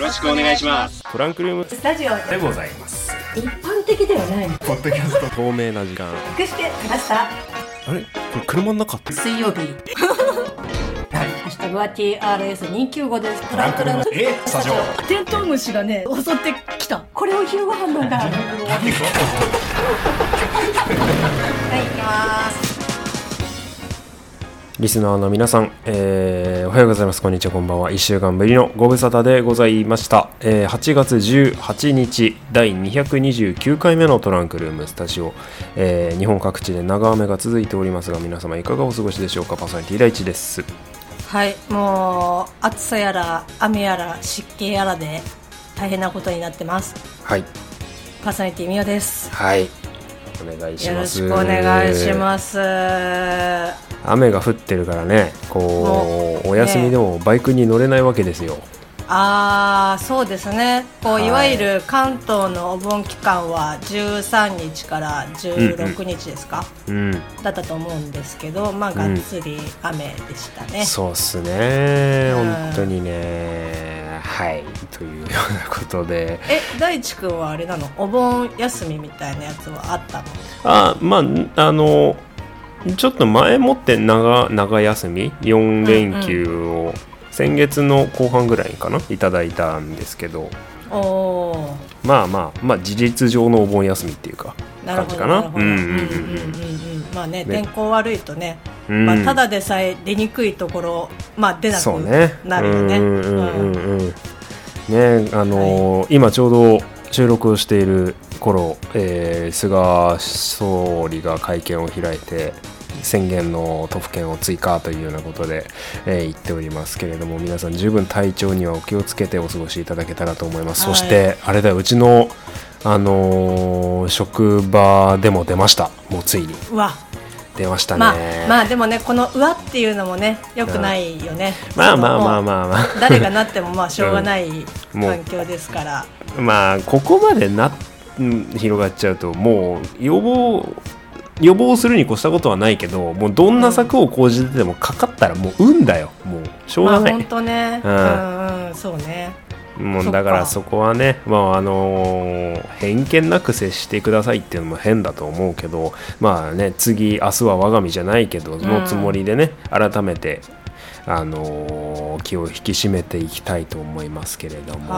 ろしくお願いします。トランクルームスタジオでございます。一般的ではないポッドキャスト。透明な時間隠してきましたあれこれ車の中って 水曜日ハッシュタグは TRS295 ですトランクルームえスタジオ。テントウムシがね襲ってきたこれを昼ご飯なんだはい行きますリスナーの皆さん、えーおはようございますこんにちはこんばんは1週間ぶりのご無沙汰でございました、えー8月18日第229回目のトランクルームスタジオ、えー日本各地で長雨が続いておりますが皆様いかがお過ごしでしょうかパーソナリティ第一ですはいもう暑さやら雨やら湿気やらで大変なことになってますはいパーソナリティみよですはいお願いしよろましすくお願いします雨が降ってるからねこうもうお休みでもバイクに乗れないわけですよ、あーそうですねこはういいわゆる関東のお盆期間は13日から16日ですか、うんだったと思うんですけどまあがっつり雨でしたね、そうっすね、うん本当にねはいというようなことでえ大地君はあれなのお盆休みみたいなやつはあったのあまああのちょっと前もって長長休み4連休を先月の後半ぐらいかないただいたんですけどおーまあまあまあ事実上のお盆休みっていうかなるほど感じかななるほどううんんううんんううんんうんうんまあねね天候悪いとね、うんまあ、ただでさえ出にくいところ、まあ、出なくそうねなるよねうんうんううんんうんねあのー今ちょうど収録をしている頃、えー菅総理が会見を開いて宣言の都府県を追加というようなことで、えー言っておりますけれども皆さん十分体調にはお気をつけてお過ごしいただけたらと思います、はいそしてあれだようちの、あのー職場でも出ましたもうついにうわ出ましたね、まあまあでもねこの「うわ」っていうのもねよくないよね、まあまあまああまあまあ誰がなってもまあしょうがないんもう環境ですから、まあここまでなうん広がっちゃうともう予防予防するに越したことはないけどもうどんな策を講じてでもかかったらもう運だよもうしょうまがあない、本当ねううんん、うん、そうねもそうっだかからそこはねまああのー偏見なく接してくださいっていうのも変だと思うけどまあね次明日は我が身じゃないけどのつもりでね、改めてあのー気を引き締めていきたいと思いますけれども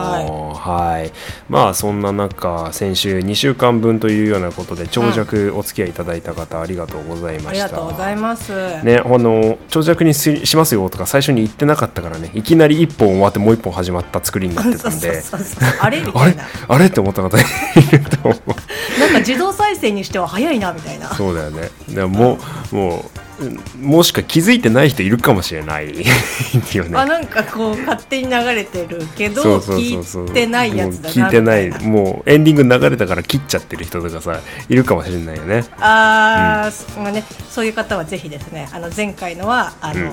はいまあそんな中先週2週間分というようなことで長尺お付き合いいただいた方ありがとうございあまりした。がとうございます、ね、あの長尺にししますよとか最初に言ってなかったからねいきなり1本終わってもう1本始まった作りになって そたうんそうでそうそうあれみあたれいなあれって思った方いると思うなんか自動再生にしては早いなみたいなそうだよねでももうもううんもしか気づいてない人いるかもしれないよあねなんかこう勝手に流れてるけどそうそうそうそう聞いてないやつだなもう聞いてないみたもうエンディング流れたから切っちゃってる人とかさいるかもしれないよねあー、そまあねそういう方はぜひですねあの前回のはあの、うん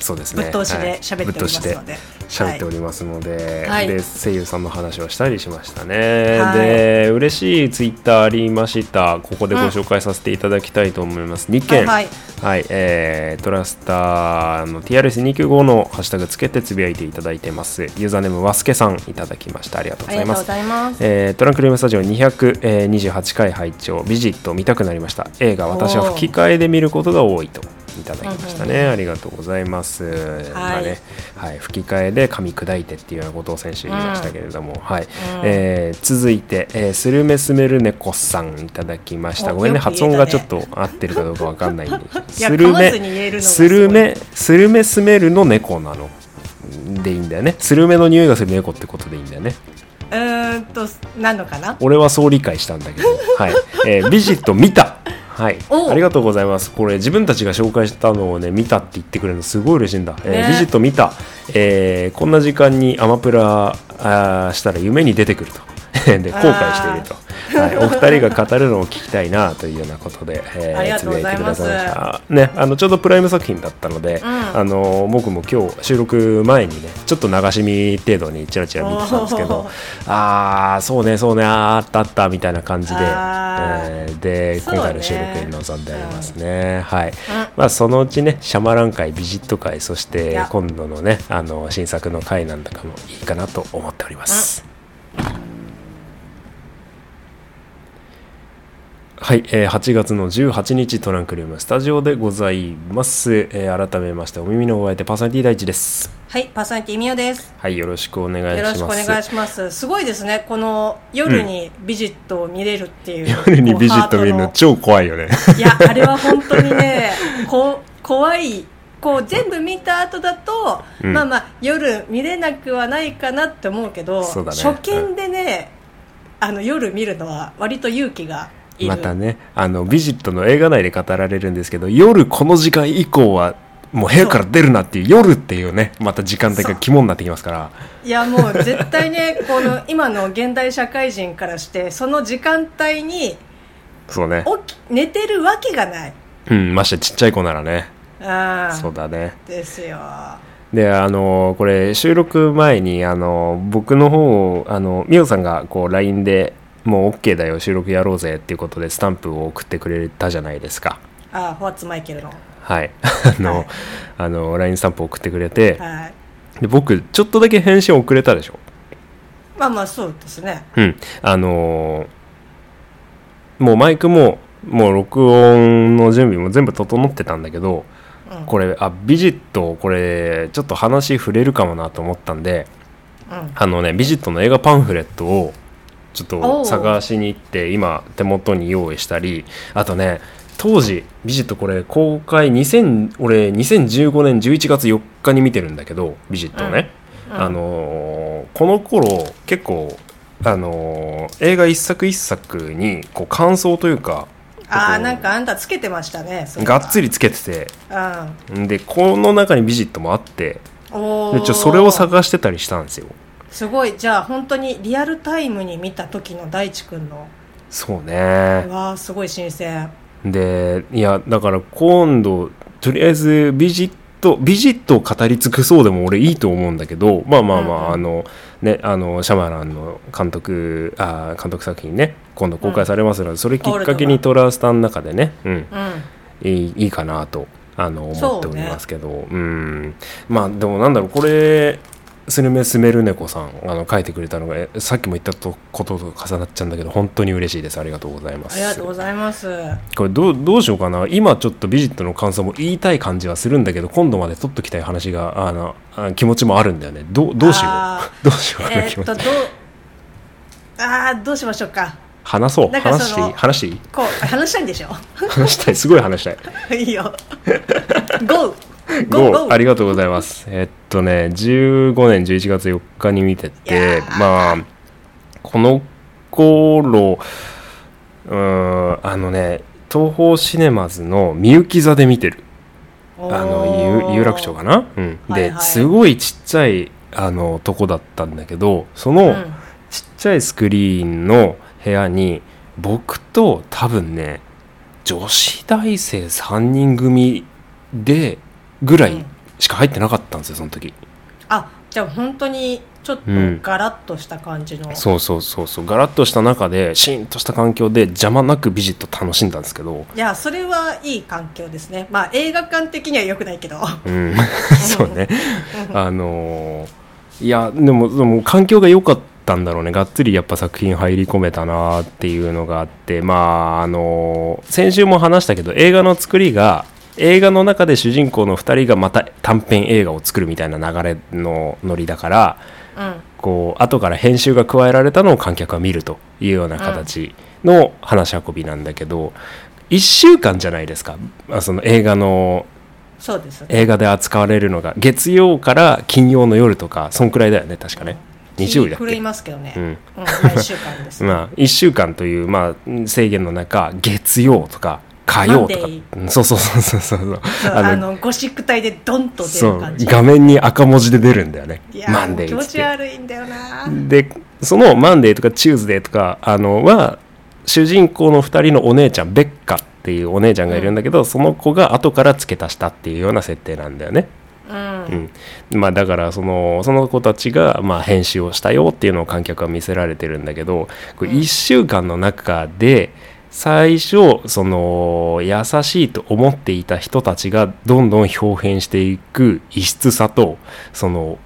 そうですぶねっ通しはでい喋っておりますぶっの通しで、喋っておりますので,、はいで声優さんの話をしたりしましたね、はいで嬉しいツイッターありましたここでご紹介させていただきたいと思います、2件はいはいえートラスターの TRS295 のハッシュタグつけてつぶやいていただいてますユーザーネームわすけさんいただきましたありがとうあごりざがいまとうごすざいます。えートランクルームスタジオ228回拝聴ビジット見たくなりました映画私は吹き替えで見ることが多いといただきましたね、ありがとうございます、まあねはい、吹き替えで噛み砕いてっていうようなことを先週言いましたけれども、はいえー続いて、えースルメスメルネコさんいただきましたおごめんねよく言え発たね音がちょっと合ってるかどうかわかんないんで いやスル噛まずに言えるのメがすスごいルメスルメスメルの猫なのでいいんだよねスルメの匂いがする猫ってことでいいんだよねうーんとなのかな。俺はそう理解したんだけど、はいえービジット見た、はい、おありがとうございますこれ自分たちが紹介したのをね見たって言ってくれるのすごい嬉しいんだ、えーねビジット見た、えーこんな時間にアマプラあーしたら夢に出てくると で後悔していると、はい、お二人が語るのを聞きたいなというようなことで、えありがつとうぶごやいざいてくだますさいましたねあのちょうどプライム作品だったので、あの僕も今日収録前にねちょっと流し見程度にちらちら見てたんですけお どーああそうねそうねあーあったあったみたいな感じで、あえーでそう今ね回の収録に臨んでありますね、はい、まあそのうちねシャマラン会ビジット会そしいてや今度のねあの新作の会なんだかもいいかなと思っております、はい、えー8月の18日トランクルームスタジオでございます、えー改めましてお耳のお相手パーソナリティ第一ですはい、パーソナリティみおです。はいよろしくお願いよしろましすくお願いします。すごいですね。この夜にビジットを見れるっていう。夜 にビジット見るのこ超怖いよねうハートのいや、あれは本当にね、 こ怖い。こう全部見た後だと、うんまあまあ夜見れなくはないかなって思うけど、そうだね初見でね、あの夜見るのは割と勇気がいる。またねあのビジットの映画内で語られるんですけど夜この時間以降はもう部屋から出るなっていう夜っていうねまた時間帯が肝になってきますからいやもう絶 対ねこの今の現代社会人からしてその時間帯にそうね起き寝てるわけがないうんましてちっちゃい子ならねああそうだねですよあであのこれ収録前にあの僕の方をあのミオさんがこう LINE でもう OK だよ収録やろうぜっていうことでスタンプを送ってくれたじゃないですかあホワッツマイケルのはいあの,、はいあの LINE スタンプを送ってくれてはいで僕ちょっとだけ返信遅れたでしょまあまあそうですねうん、あのーもうマイクももう録音の準備も全部整ってたんだけど、うんこれあビジットこれちょっと話触れるかもなと思ったんでうんあのねビジットの映画パンフレットをちょっおとう探しに行って今手元に用意したりあとね当時ビジットこれ公開2000俺2015年11月4日に見てるんだけどビジットをね、うんあのーこの頃結構あのー映画一作一作にこう感想というかああこうなんかあんたつけてましたねがっつりりつけててうんんでこの中にビジットもあっておでーちょそれを探してたりしたんですよすごいじゃあ本当にリアルタイムに見た時の大地君のそうねうわあすごい新鮮でいやだから今度とりあえずビジットビジットを語り尽くそうでも俺いいと思うんだけどまあまあまあ、うんあのねあのシャマランの監督あー監督作品ね今度公開されますので、それきっかけオールドになトラスタの中でね、うん、うんいいいいかなとあの思そうねっておりますけどう,、んまあでもなんだろうこれスルメスメルネコさんあの書いてくれたのがえさっきも言ったとことと重なっちゃうんだけど本当に嬉しいですありがとうございますありがとうございますこれどうどうしようかな今ちょっとビジットの感想も言いたい感じはするんだけど今度まで取っときたい話があのあ気持ちもあるんだよねどうどうしよあうどう しようこえのー気っ持とちどうああどうしましょうか話そうなんか話しそていのい話していいこう話したいんでしょ 話したいすごい話したい いいよ GO! ゴーありがとうございますえっとね15年11月4日に見ていやてーまあこの頃うーんあのね東宝シネマズのみゆき座で見てるあの有有楽町かなな、うん、で、はいはいすごいちっちゃいあのとこだったんだけどそのちっちゃいスクリーンの部屋に僕と多分ね女子大生3人組でぐらいしか入ってなかったんですよその時、あじゃあ本当にちょっとうんガラッとした感じの、そうそうそうそうガラッとした中でシーンとした環境で邪魔なくビジット楽しんだんですけどいやそれはいい環境ですねまあ映画館的には良くない けどうんそうねあのーいやでもでも環境が良かったんだろうねがっつりやっぱ作品入り込めたなっていうのがあってまああのー先週も話したけど映画の作りが映画の中で主人公の2人がまた短編映画を作るみたいな流れのノリだからうんこう後から編集が加えられたのを観客は見るというような形の話し運びなんだけど、1週間じゃないですかあその映画のそうですね映画で扱われるのが月曜から金曜の夜とかそんくらいだよね確かね日曜日だっ狂いけますけどね、ううんん毎週間です、まあ1週間という、まあ、制限の中月曜とか火曜とマかンデーうんそうそうそうそうそうそうそうあのゴシック体でドンと出そるう感じ画面に赤文字で出るんだよねいやマンデー気っ持つちっ悪いんだよなてでそのマンデーとかチューズデーとかあのは主人公の2人のお姉ちゃんベッカっていうお姉ちゃんがいるんだけど、その子が後から付け足したっていうような設定なんだよね。うんうんまあ、だからそのその子たちがまあ編集をしたよっていうのを観客は見せられてるんだけどこれ1週間の中で最初その優しいと思っていた人たちがどんどん表変していく異質さとその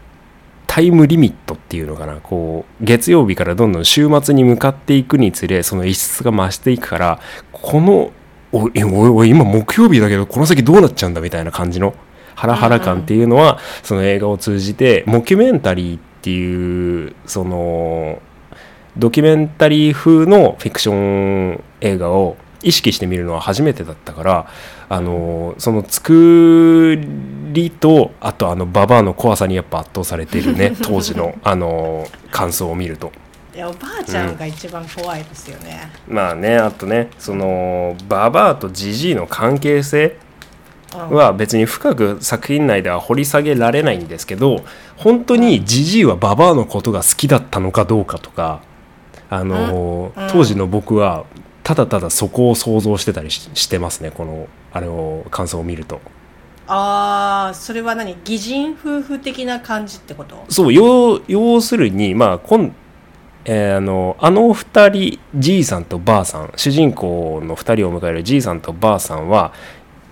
タイムリミットっていうのかなこう月曜日からどんどん週末に向かっていくにつれその異質が増していくからこのおいおいおい今木曜日だけどこの先どうなっちゃうんだみたいな感じのハラハラ感っていうのは、その映画を通じてモキュメンタリーっていうそのドキュメンタリー風のフィクション映画を意識して見るのは初めてだったからあのその作りとあとあのババアの怖さにやっぱ圧倒されてるね当時のあの感想を見ると。いやおばあちゃんが一番怖いですよね、まあねあとねそのババアとジジイの関係性うんは別に深く作品内では掘り下げられないんですけど本当にジジイはババアのことが好きだったのかどうかとか、あのーうんうん当時の僕はただただそこを想像してたりししてますねこのあれを感想を見ると。ああそれは何擬人夫婦的な感じってことそう要要するにまあこん、えーあのあのお二人じいさんとばあさん主人公の二人を迎えるじいさんとばあさんは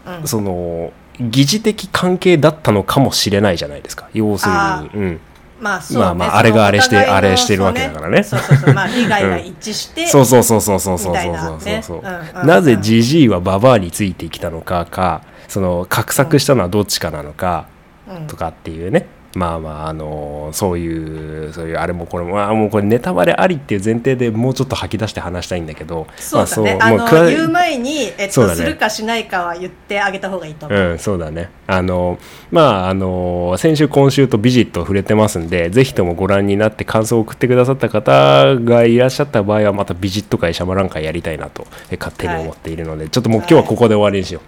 うんその疑似的関係だったのかもしれないじゃないですか要するあに、うん、まあそう、ね、まあまあそのあれがあれしてお互いのあれしてるわけだからねそうそうそうまあ利害が一致し て、そうそうそうそうそうそうみたそいうなそうそうねそううんうんうんなぜジジイはババアについてきたのかかその画策したのはどっちかなのかうんとかっていうね、まあまああのそういうそういうあれもこれもあもうこれネタバレありっていう前提でもうちょっと吐き出して話したいんだけどそうだね、まああ、そうもうくわの言う前に、えっそうとだねするかしないかは言ってあげた方がいいと思う、うん、そうだね。あの、まあ、あの、先週、今週とビジット触れてますんで、ぜひともご覧になって感想を送ってくださった方がいらっしゃった場合は、またビジット会、シャマラン会やりたいなと、え勝手に思っているので、ちょっともう今日はここで終わりにしよ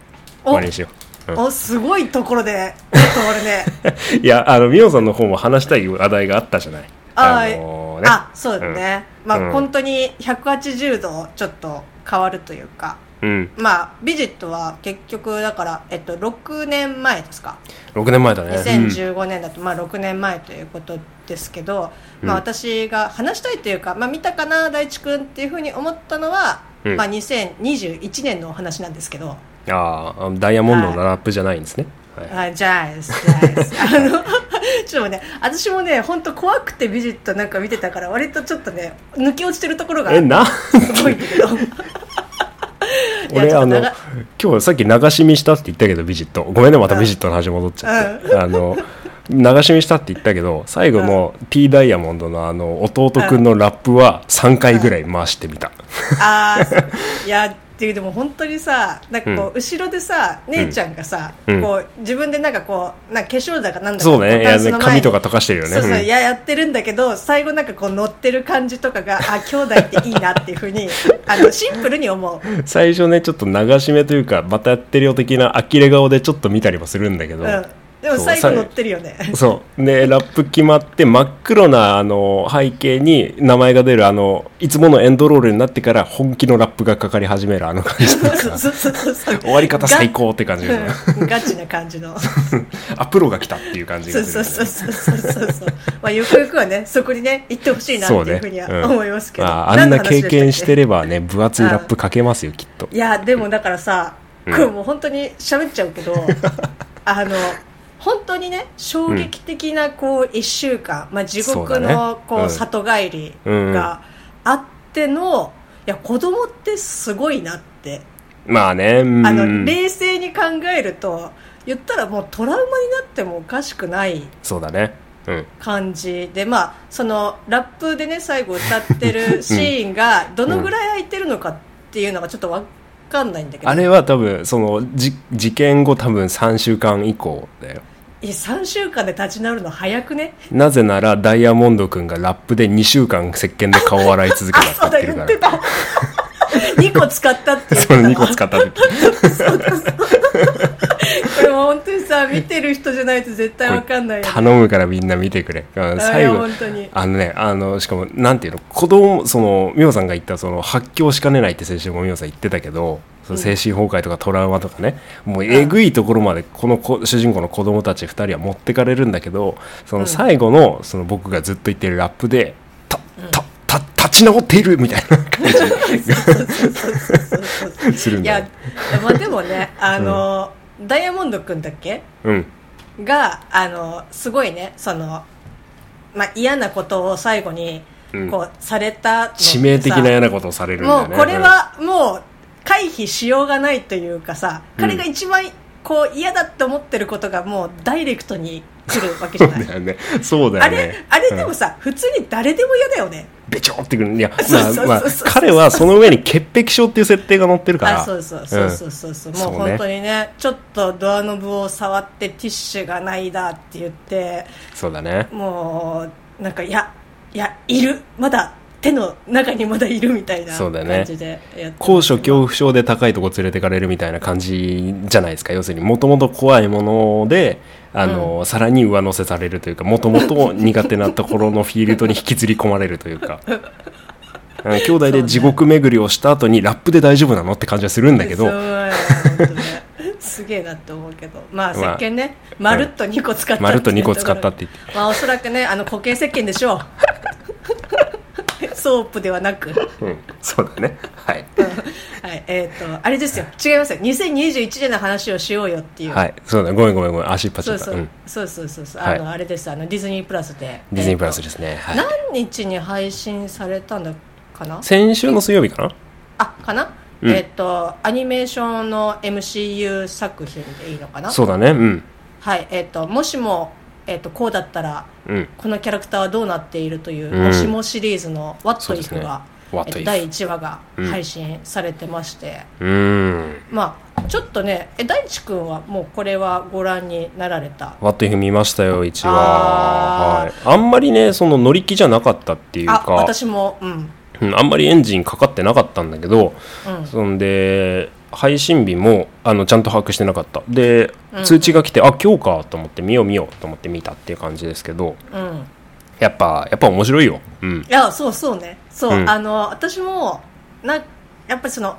う。お終わりにしよう。うんおすごいところでちょっと俺ね いや、あの、ミオさんの方も話したい話題があったじゃない。ああーのね。あそうだね、まあ、うん本当に180度ちょっと変わるというかうん。まあビジットは結局だから、えっと、6年前ですか6年前だね。 2015年だと、まあ、6年前ということですけど、まあ、うん私が話したいというか、まあ、見たかな大地君っていうふうに思ったのは、うんまあ、2021年のお話なんですけど、うんああ、ダイヤモンドのラップじゃないんですね。はいあじゃあですじゃあで すあのちょっとね私もね本当怖くてビジットなんか見てたから割とちょっとね抜け落ちてるところがえ、なすごいんだけ どいや俺ちょっあのと長今日さっき流し見したって言ったけどビジットごめんねまたビジットの話戻っちゃって、あの流し見したって言ったけど最後の T ダイヤモンドのあの弟くんのラップは3回ぐらい回してみた、ああいやっていうでも本当にさなんかこう、後ろでさ姉ちゃんがさ、うんこう自分でなんかこうなんか化粧だかなんだかそうねいやその前に髪とか溶かしてるよねそうそううんいややってるんだけど最後なんかこう乗ってる感じとかがあ兄弟っていいなっていうふうにあのシンプルに思う最初ねちょっと流し目というかまたやってるよ的な呆れ顔でちょっと見たりもするんだけど、うん、でもそう最さ後乗ってるよねそうでラップ決まって真っ黒なあの背景に名前が出るあのいつものエンドロールになってから本気のラップがかかり始めるあの感じとかそうそうそうそう終わり方最高って感じがするうんガチな感じのそあプロが来たっていう感じがうすそるようねそうそうそうそうそうまあゆくゆくはねそこにね行ってほしいなっていうふうには思いますけど、そうねうんああんな経験してるればね分厚いラップかけますよきっといやでもだからさ、うんこれもう本当に喋っちゃうけどあの本当にね衝撃的なこう一週間、まあ、地そ獄うだのねこううん里帰りがあっての、いや子供ってすごいなってまあねうんあの冷静に考えると言ったらもうトラウマになってもおかしくないそうだねうん感じでまあそのラップでね最後歌っ てるシーンがどのぐらい空いてるのかっていうのがちょっとわかんないんだけどあれは多分そのじ事件後多分3週間以降だよいや3週間で立ち直るの早くねなぜならダイヤモンド君がラップで2週間石鹸で顔を洗い続けたあって そ言うってだる言かってた2個使ったって ら言ってそたの2個使ったって言ってれも本当にさ見てる人じゃないと絶対わかんないよね頼むからみんな見てくれあ最いや後本当にあのねあのしかもなんていうの子供その美穂さんが言ったその発狂しかねないって先週も美穂さん言ってたけどその精神崩壊とかトラウマとかね、もうえぐいところまでこの子主人公の子供たち2人は持ってかれるんだけどその最後のその僕がずっと言ってるラップで「たたた立ち直っている」みたいな 感じするんいだよやね、まあ、でもねあの、ダイヤモンド君だっけうんがあのすごいねその、まあ、嫌なことを最後にうんこう、されたのってさ致命的な嫌なことをされるんだよもうねこれはもう回避しようがないというかさ、彼が一番こう嫌だって思ってることがもうダイレクトに来るわけじ そゃうない、だよねそうだ あよねれあれでもさ、普通に誰でも嫌だよねべちょってくるいや そうまそあうそうまあそう彼はその上に潔癖症っていう設定が載ってるからあそうそうそうそうそうそう、もうそうね本当にねちょっとドアノブを触ってティッシュがないだって言ってそうだねもうなんかいやいやいるまだ手の中にまだいるみたいなそうだね感じでやって高所恐怖症で高いとこ連れてかれるみたいな感じじゃないですか要するにもともと怖いものであの、さらに上乗せされるというかもともと苦手なところのフィールドに引きずり込まれるという かうん兄弟で地獄巡りをした後にラップで大丈夫なのって感じはするんだけどそうや本当ねすげえなって思うけどまあ石まあ鹸ね、まるっと2個使ったまるっという2個使ったって言ってまあおそらくねあの固形石鹸でしょう ソープではなく、うん、そうだねはいはいえっとあれですよ違いますよ2021年の話をしようよっていう、はいそうだごめんごめんごめん足引っ張っちそゃうったそう,、うん、そうそうそうそうはいあのあれですあのディズニープラスでディズニープラえスっですね、とはい何日に配信されたんだかな先週の水曜日かなあかな、うんえっとアニメーションの MCU 作品でいいのかなそうだねうんはい、えっ、と、もしも、えっ、と、こうだったら、うんこのキャラクターはどうなっているという、うんもしもシリーズの What そうです If ねが、 What えっと if 第1話がうん配信されてまして、うーんまあ、ちょっとね、え、大地君はもうこれはご覧になられた。ワットイフ見ましたよ一話あはいあんまりねその乗り気じゃなかったっていうあ、か私も、うん。うんあんまりエンジンかかってなかったんだけどうん、そんで配信日もあのちゃんと把握してなかったで通知が来て、あ今日かと思って見よう見ようと思って見たっていう感じですけどうん。やっぱやっぱ面白いようんいや、そうそうね。そう、うんあの、私も、な、やっぱりその、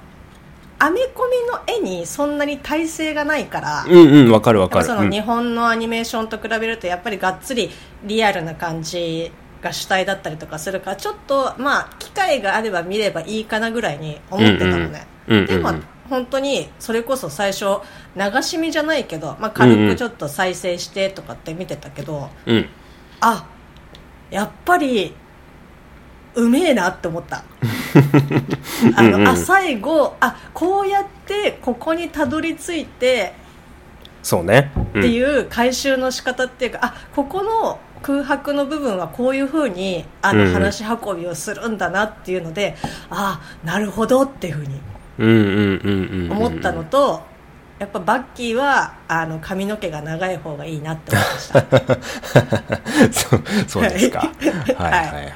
アメコミの絵にそんなに耐性がないから、うんうんわかるわやかっぱるそうのん日本のアニメーションと比べるとやっぱりがっつりリアルな感じが主体だったりとかするからちょっとまあ機会があれば見ればいいかなぐらいに思ってたのね、うんうんうんでもうんうん本当にそれこそ最初流し見じゃないけど、まあ、軽くちょっと再生してとかって見てたけど、うんあやっぱりうめえなって思ったあのうんうんあ最後あこうやってここにたどり着いてそうねうってんいう回収の仕方っていうか、あここの空白の部分はこういうふうにあうんのうん話し運びをするんだなっていうので、あなるほどっていうふうにうんうんうんうんうん思ったのと、やっぱバッキーはあの髪の毛が長い方がいいなって思い ました。そうそうですかはいはいはい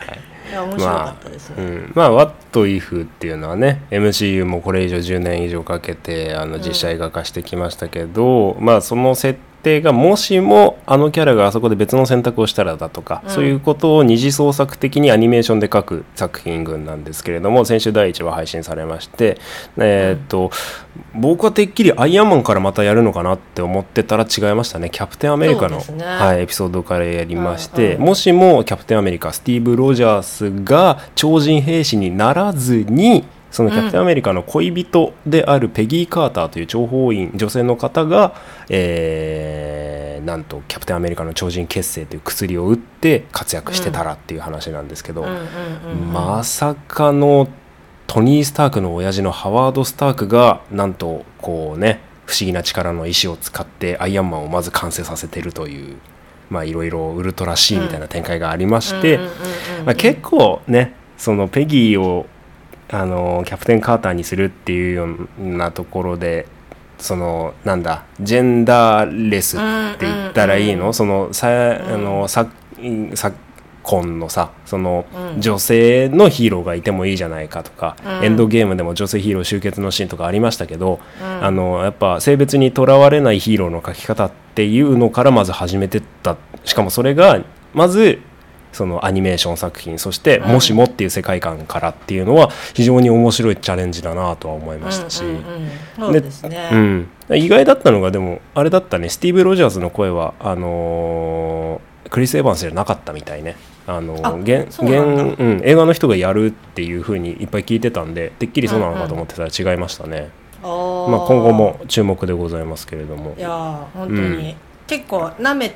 いや面白かったですね。まあ、うん、まあ、What If っていうのはね、MCU もこれ以上10年以上かけて、あの、実写映画化してきましたけど、まあ、その設定が、もしも、あのキャラがあそこで別の選択をしたらだとか、うんそういうことを二次創作的にアニメーションで書く作品群なんですけれども、先週第1話配信されまして、えーっと、僕はてっきりアイアンマンからまたやるのかなって思ってたら違いましたね。キャプテンアメリカの、そうですねはい、エピソードからやりましうんて、うんもしもキャプテンアメリカスティーブ・ロジャースが超人兵士にならずにそのキャプテンアメリカの恋人であるペギー・カーターという諜報員女性の方が、えーなんとキャプテンアメリカの超人血清という薬を打って活躍してたらっていう話なんですけど、うんうんうんうんまさかのトニー・スタークの親父のハワード・スタークがなんとこうね不思議な力の意志を使ってアイアンマンをまず完成させてるというまあいろいろウルトラシーみたいな展開がありまして、うんうんうんうんまあ、結構ねそのペギーをあのキャプテン・カーターにするっていうようなところでそのなんだジェンダーレスって言ったらいいの、うんうんうんそのさあうんのささ婚のさその、うん女性のヒーローがいてもいいじゃないかとか、うんエンドゲームでも女性ヒーロー集結のシーンとかありましたけど、うんあのやっぱ性別にとらわれないヒーローの描き方っていうのからまず始めてったしかもそれがまずそのアニメーション作品そして「うんもしも」っていう世界観からっていうのは非常に面白いチャレンジだなとは思いましたし。うんうんうんそうですねうん、意外だったのがでもあれだったねスティーブ・ロジャーズの声はあのークリス・エヴァンスじゃなかったみたいね。あのあー現そうなんだ現うん、映画の人がやるっていう風にいっぱい聞いてたんでてっきりそうなのかと思ってたら違いましたね、おーまあ、今後も注目でございますけれどもいやー本当うんに結構舐め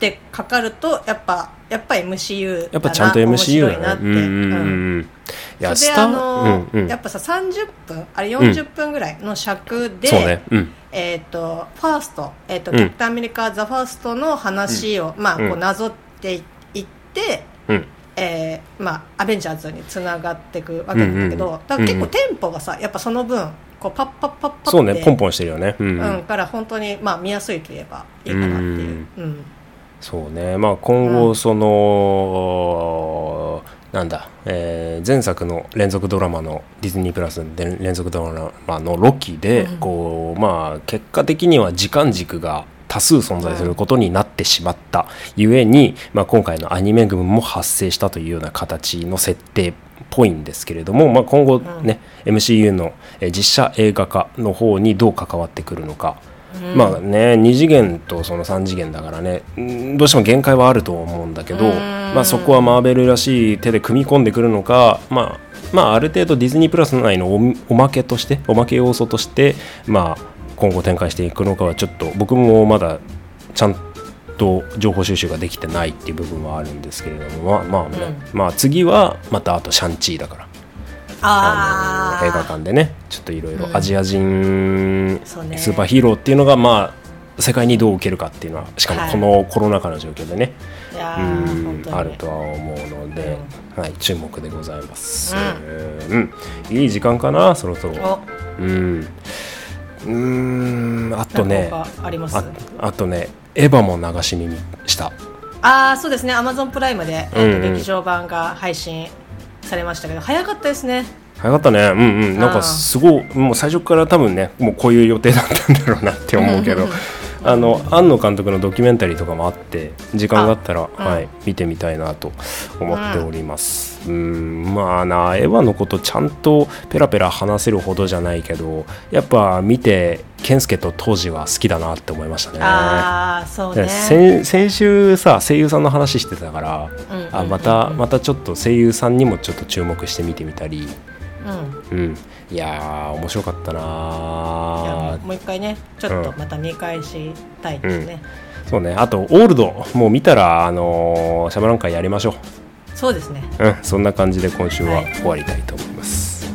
てかかるとやっぱやっぱ MCU だなやっぱちゃんと MCU 面白いなだってねうんうんうんうんいやそれスでタあーの、うんうんやっぱさ30分あれ40分ぐらいの尺で、そうねうんえっ、とファースト、えっ、と、うんキャプテンアメリカザファーストの話を、まあこううんなぞっていって、うんえーまあアベンジャーズにつながっていくわけなんだけど、うんうんうんだから結うんう構んテンポがさやっぱその分こうパッパッパッパッってそうねポンポンしてるよねうん、うん、から本当に、まあ、見やすいといえばいいかなっていう。うんそうねまあ今う後んその、なんだ、えー前作の連続ドラマのディズニープラスの連連続ドラマのロキで、うんこうまあ結果的には時間軸が多数存在することになってしまったゆえに、まあ、今回のアニメ群も発生したというような形の設定っぽいんですけれども、まあ、今後ね、MCU のえー実写映画化の方にどう関わってくるのか、まあね2次元とその3次元だからねうんどうしても限界はあると思うんだけど、うんまあ、そこはマーベルらしい手で組み込んでくるのか、まあまあ、ある程度ディズニープラス内のおおまけとしておまけ要素として、まあ、今後展開していくのかはちょっと僕もまだちゃんと情報収集ができてないっていう部分はあるんですけれども、まあまあねまあ、次はまたあとシャンチーだから。あのあー映画館でねちょっといろいろアジア人スそうねーパーヒーローっていうのがまあ世界にどう受けるかっていうのはしかもはいこのコロナ禍の状況でね、いやー本う当んにあるとは思うので、はい、注目でございます、うんいい時間かなそろそろおうんうーんあとなんねかありますああとねエヴァも流し耳したああそうですねアマゾンプライムで、うんうんえっと劇場版が配信されましたけど早かったですね早かったねうんうんなんあかーすごいもう最初から多分ねもうこういう予定だったんだろうなって思うけどあの庵野監督のドキュメンタリーとかもあって時間があったら、うんはい、見てみたいなと思っておりますうんまあなエヴァのことちゃんとペラペラ話せるほどじゃないけどやっぱ見て健介と当時は好きだなって思いましたねああそうでね先先週さ声優さんの話してたから、うんうんうんうんあまたまたちょっと声優さんにもちょっと注目して見てみたり、うんうん、いやー面白かったいやなーもう一回ねちょっとうんまた見返したいですね、そうねあとオールドもう見たらあのーシャムラン会やりましょそうですねう、うん、そんな感じで今週ははい終わりたいと思います、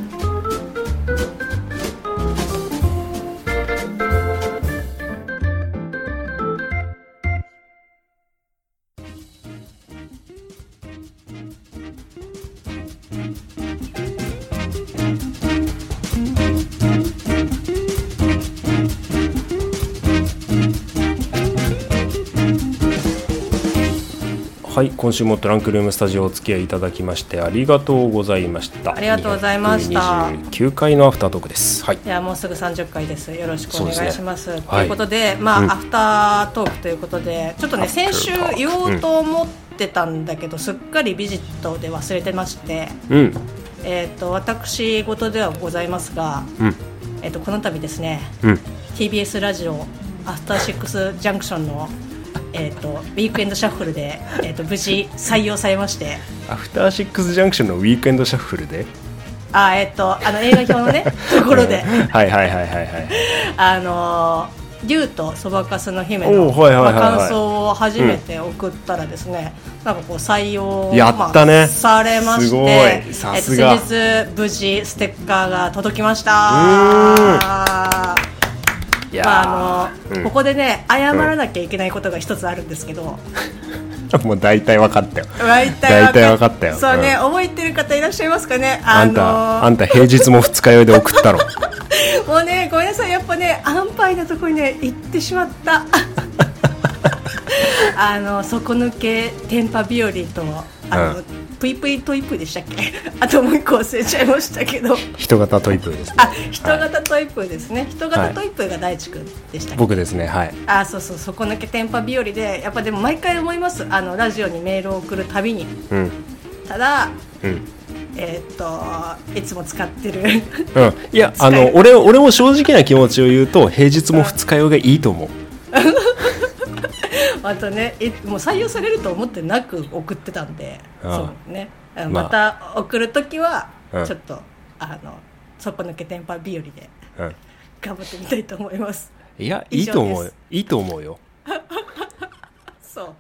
はい今週もトランクルームスタジオお付き合いいただきましてありがとうございましたありがとうございました9回のアフタートークですはいいやもうすぐ30回ですよろしくおそう願でいすしねますとはいいうことで、まあ、うんアフタートークということでちょっとアねフター先週トーク言おうと思ってたんだけど、すっかりビジットで忘れてまして、うんえー、と私事ではございますが、うんえー、とこの度ですねうん TBS ラジオアフターシックスジャンクションの、えー、とウィークエンドシャッフルで、えー、と無事採用されましてアフターシックスジャンクションのウィークエンドシャッフルであー、えー、とあの映画表のね ところでうんはいはいはいはいはいあのー竜とそばかすの姫おのうはいはいはいはいまあ感想を初めて送ったらですね、なんかこう採用やったねまあされましてすごいえっとさすが先日無事ステッカーが届きましたいやーまああうのんここでね謝らなきゃいけないことが一つあるんですけど、 もう大体分かったよ大 大体わかったよそうね、うん覚えてる方いらっしゃいますかねああのんたあんた平日も二日酔いで送った ろもうねごめんなさいやっぱね安牌なとこにね行ってしまった あの底抜け天パ日和とあの、うんプイプイトイプイでしたっけ あともう一個忘れちゃいましたけど人型トイプーですねあ人型トイプイですね、人型トイプイが大地君でしたっけ、僕ですねはいあそうそうそこ抜け天パ日和でやっぱでも毎回思いますあのラジオにメールを送るたびにうんただうんえーっといつも使ってるうん、いやあの俺俺も正直な気持ちを言うと平日も二日酔いがいいと思うまたねいもう採用されると思ってなく送ってたんでああそうねあのまあまた送る時はうんちょっと、あのそこ抜け天パ日和でうん頑張ってみたいと思いますいやい以上いと思うでよすいいと思うよそう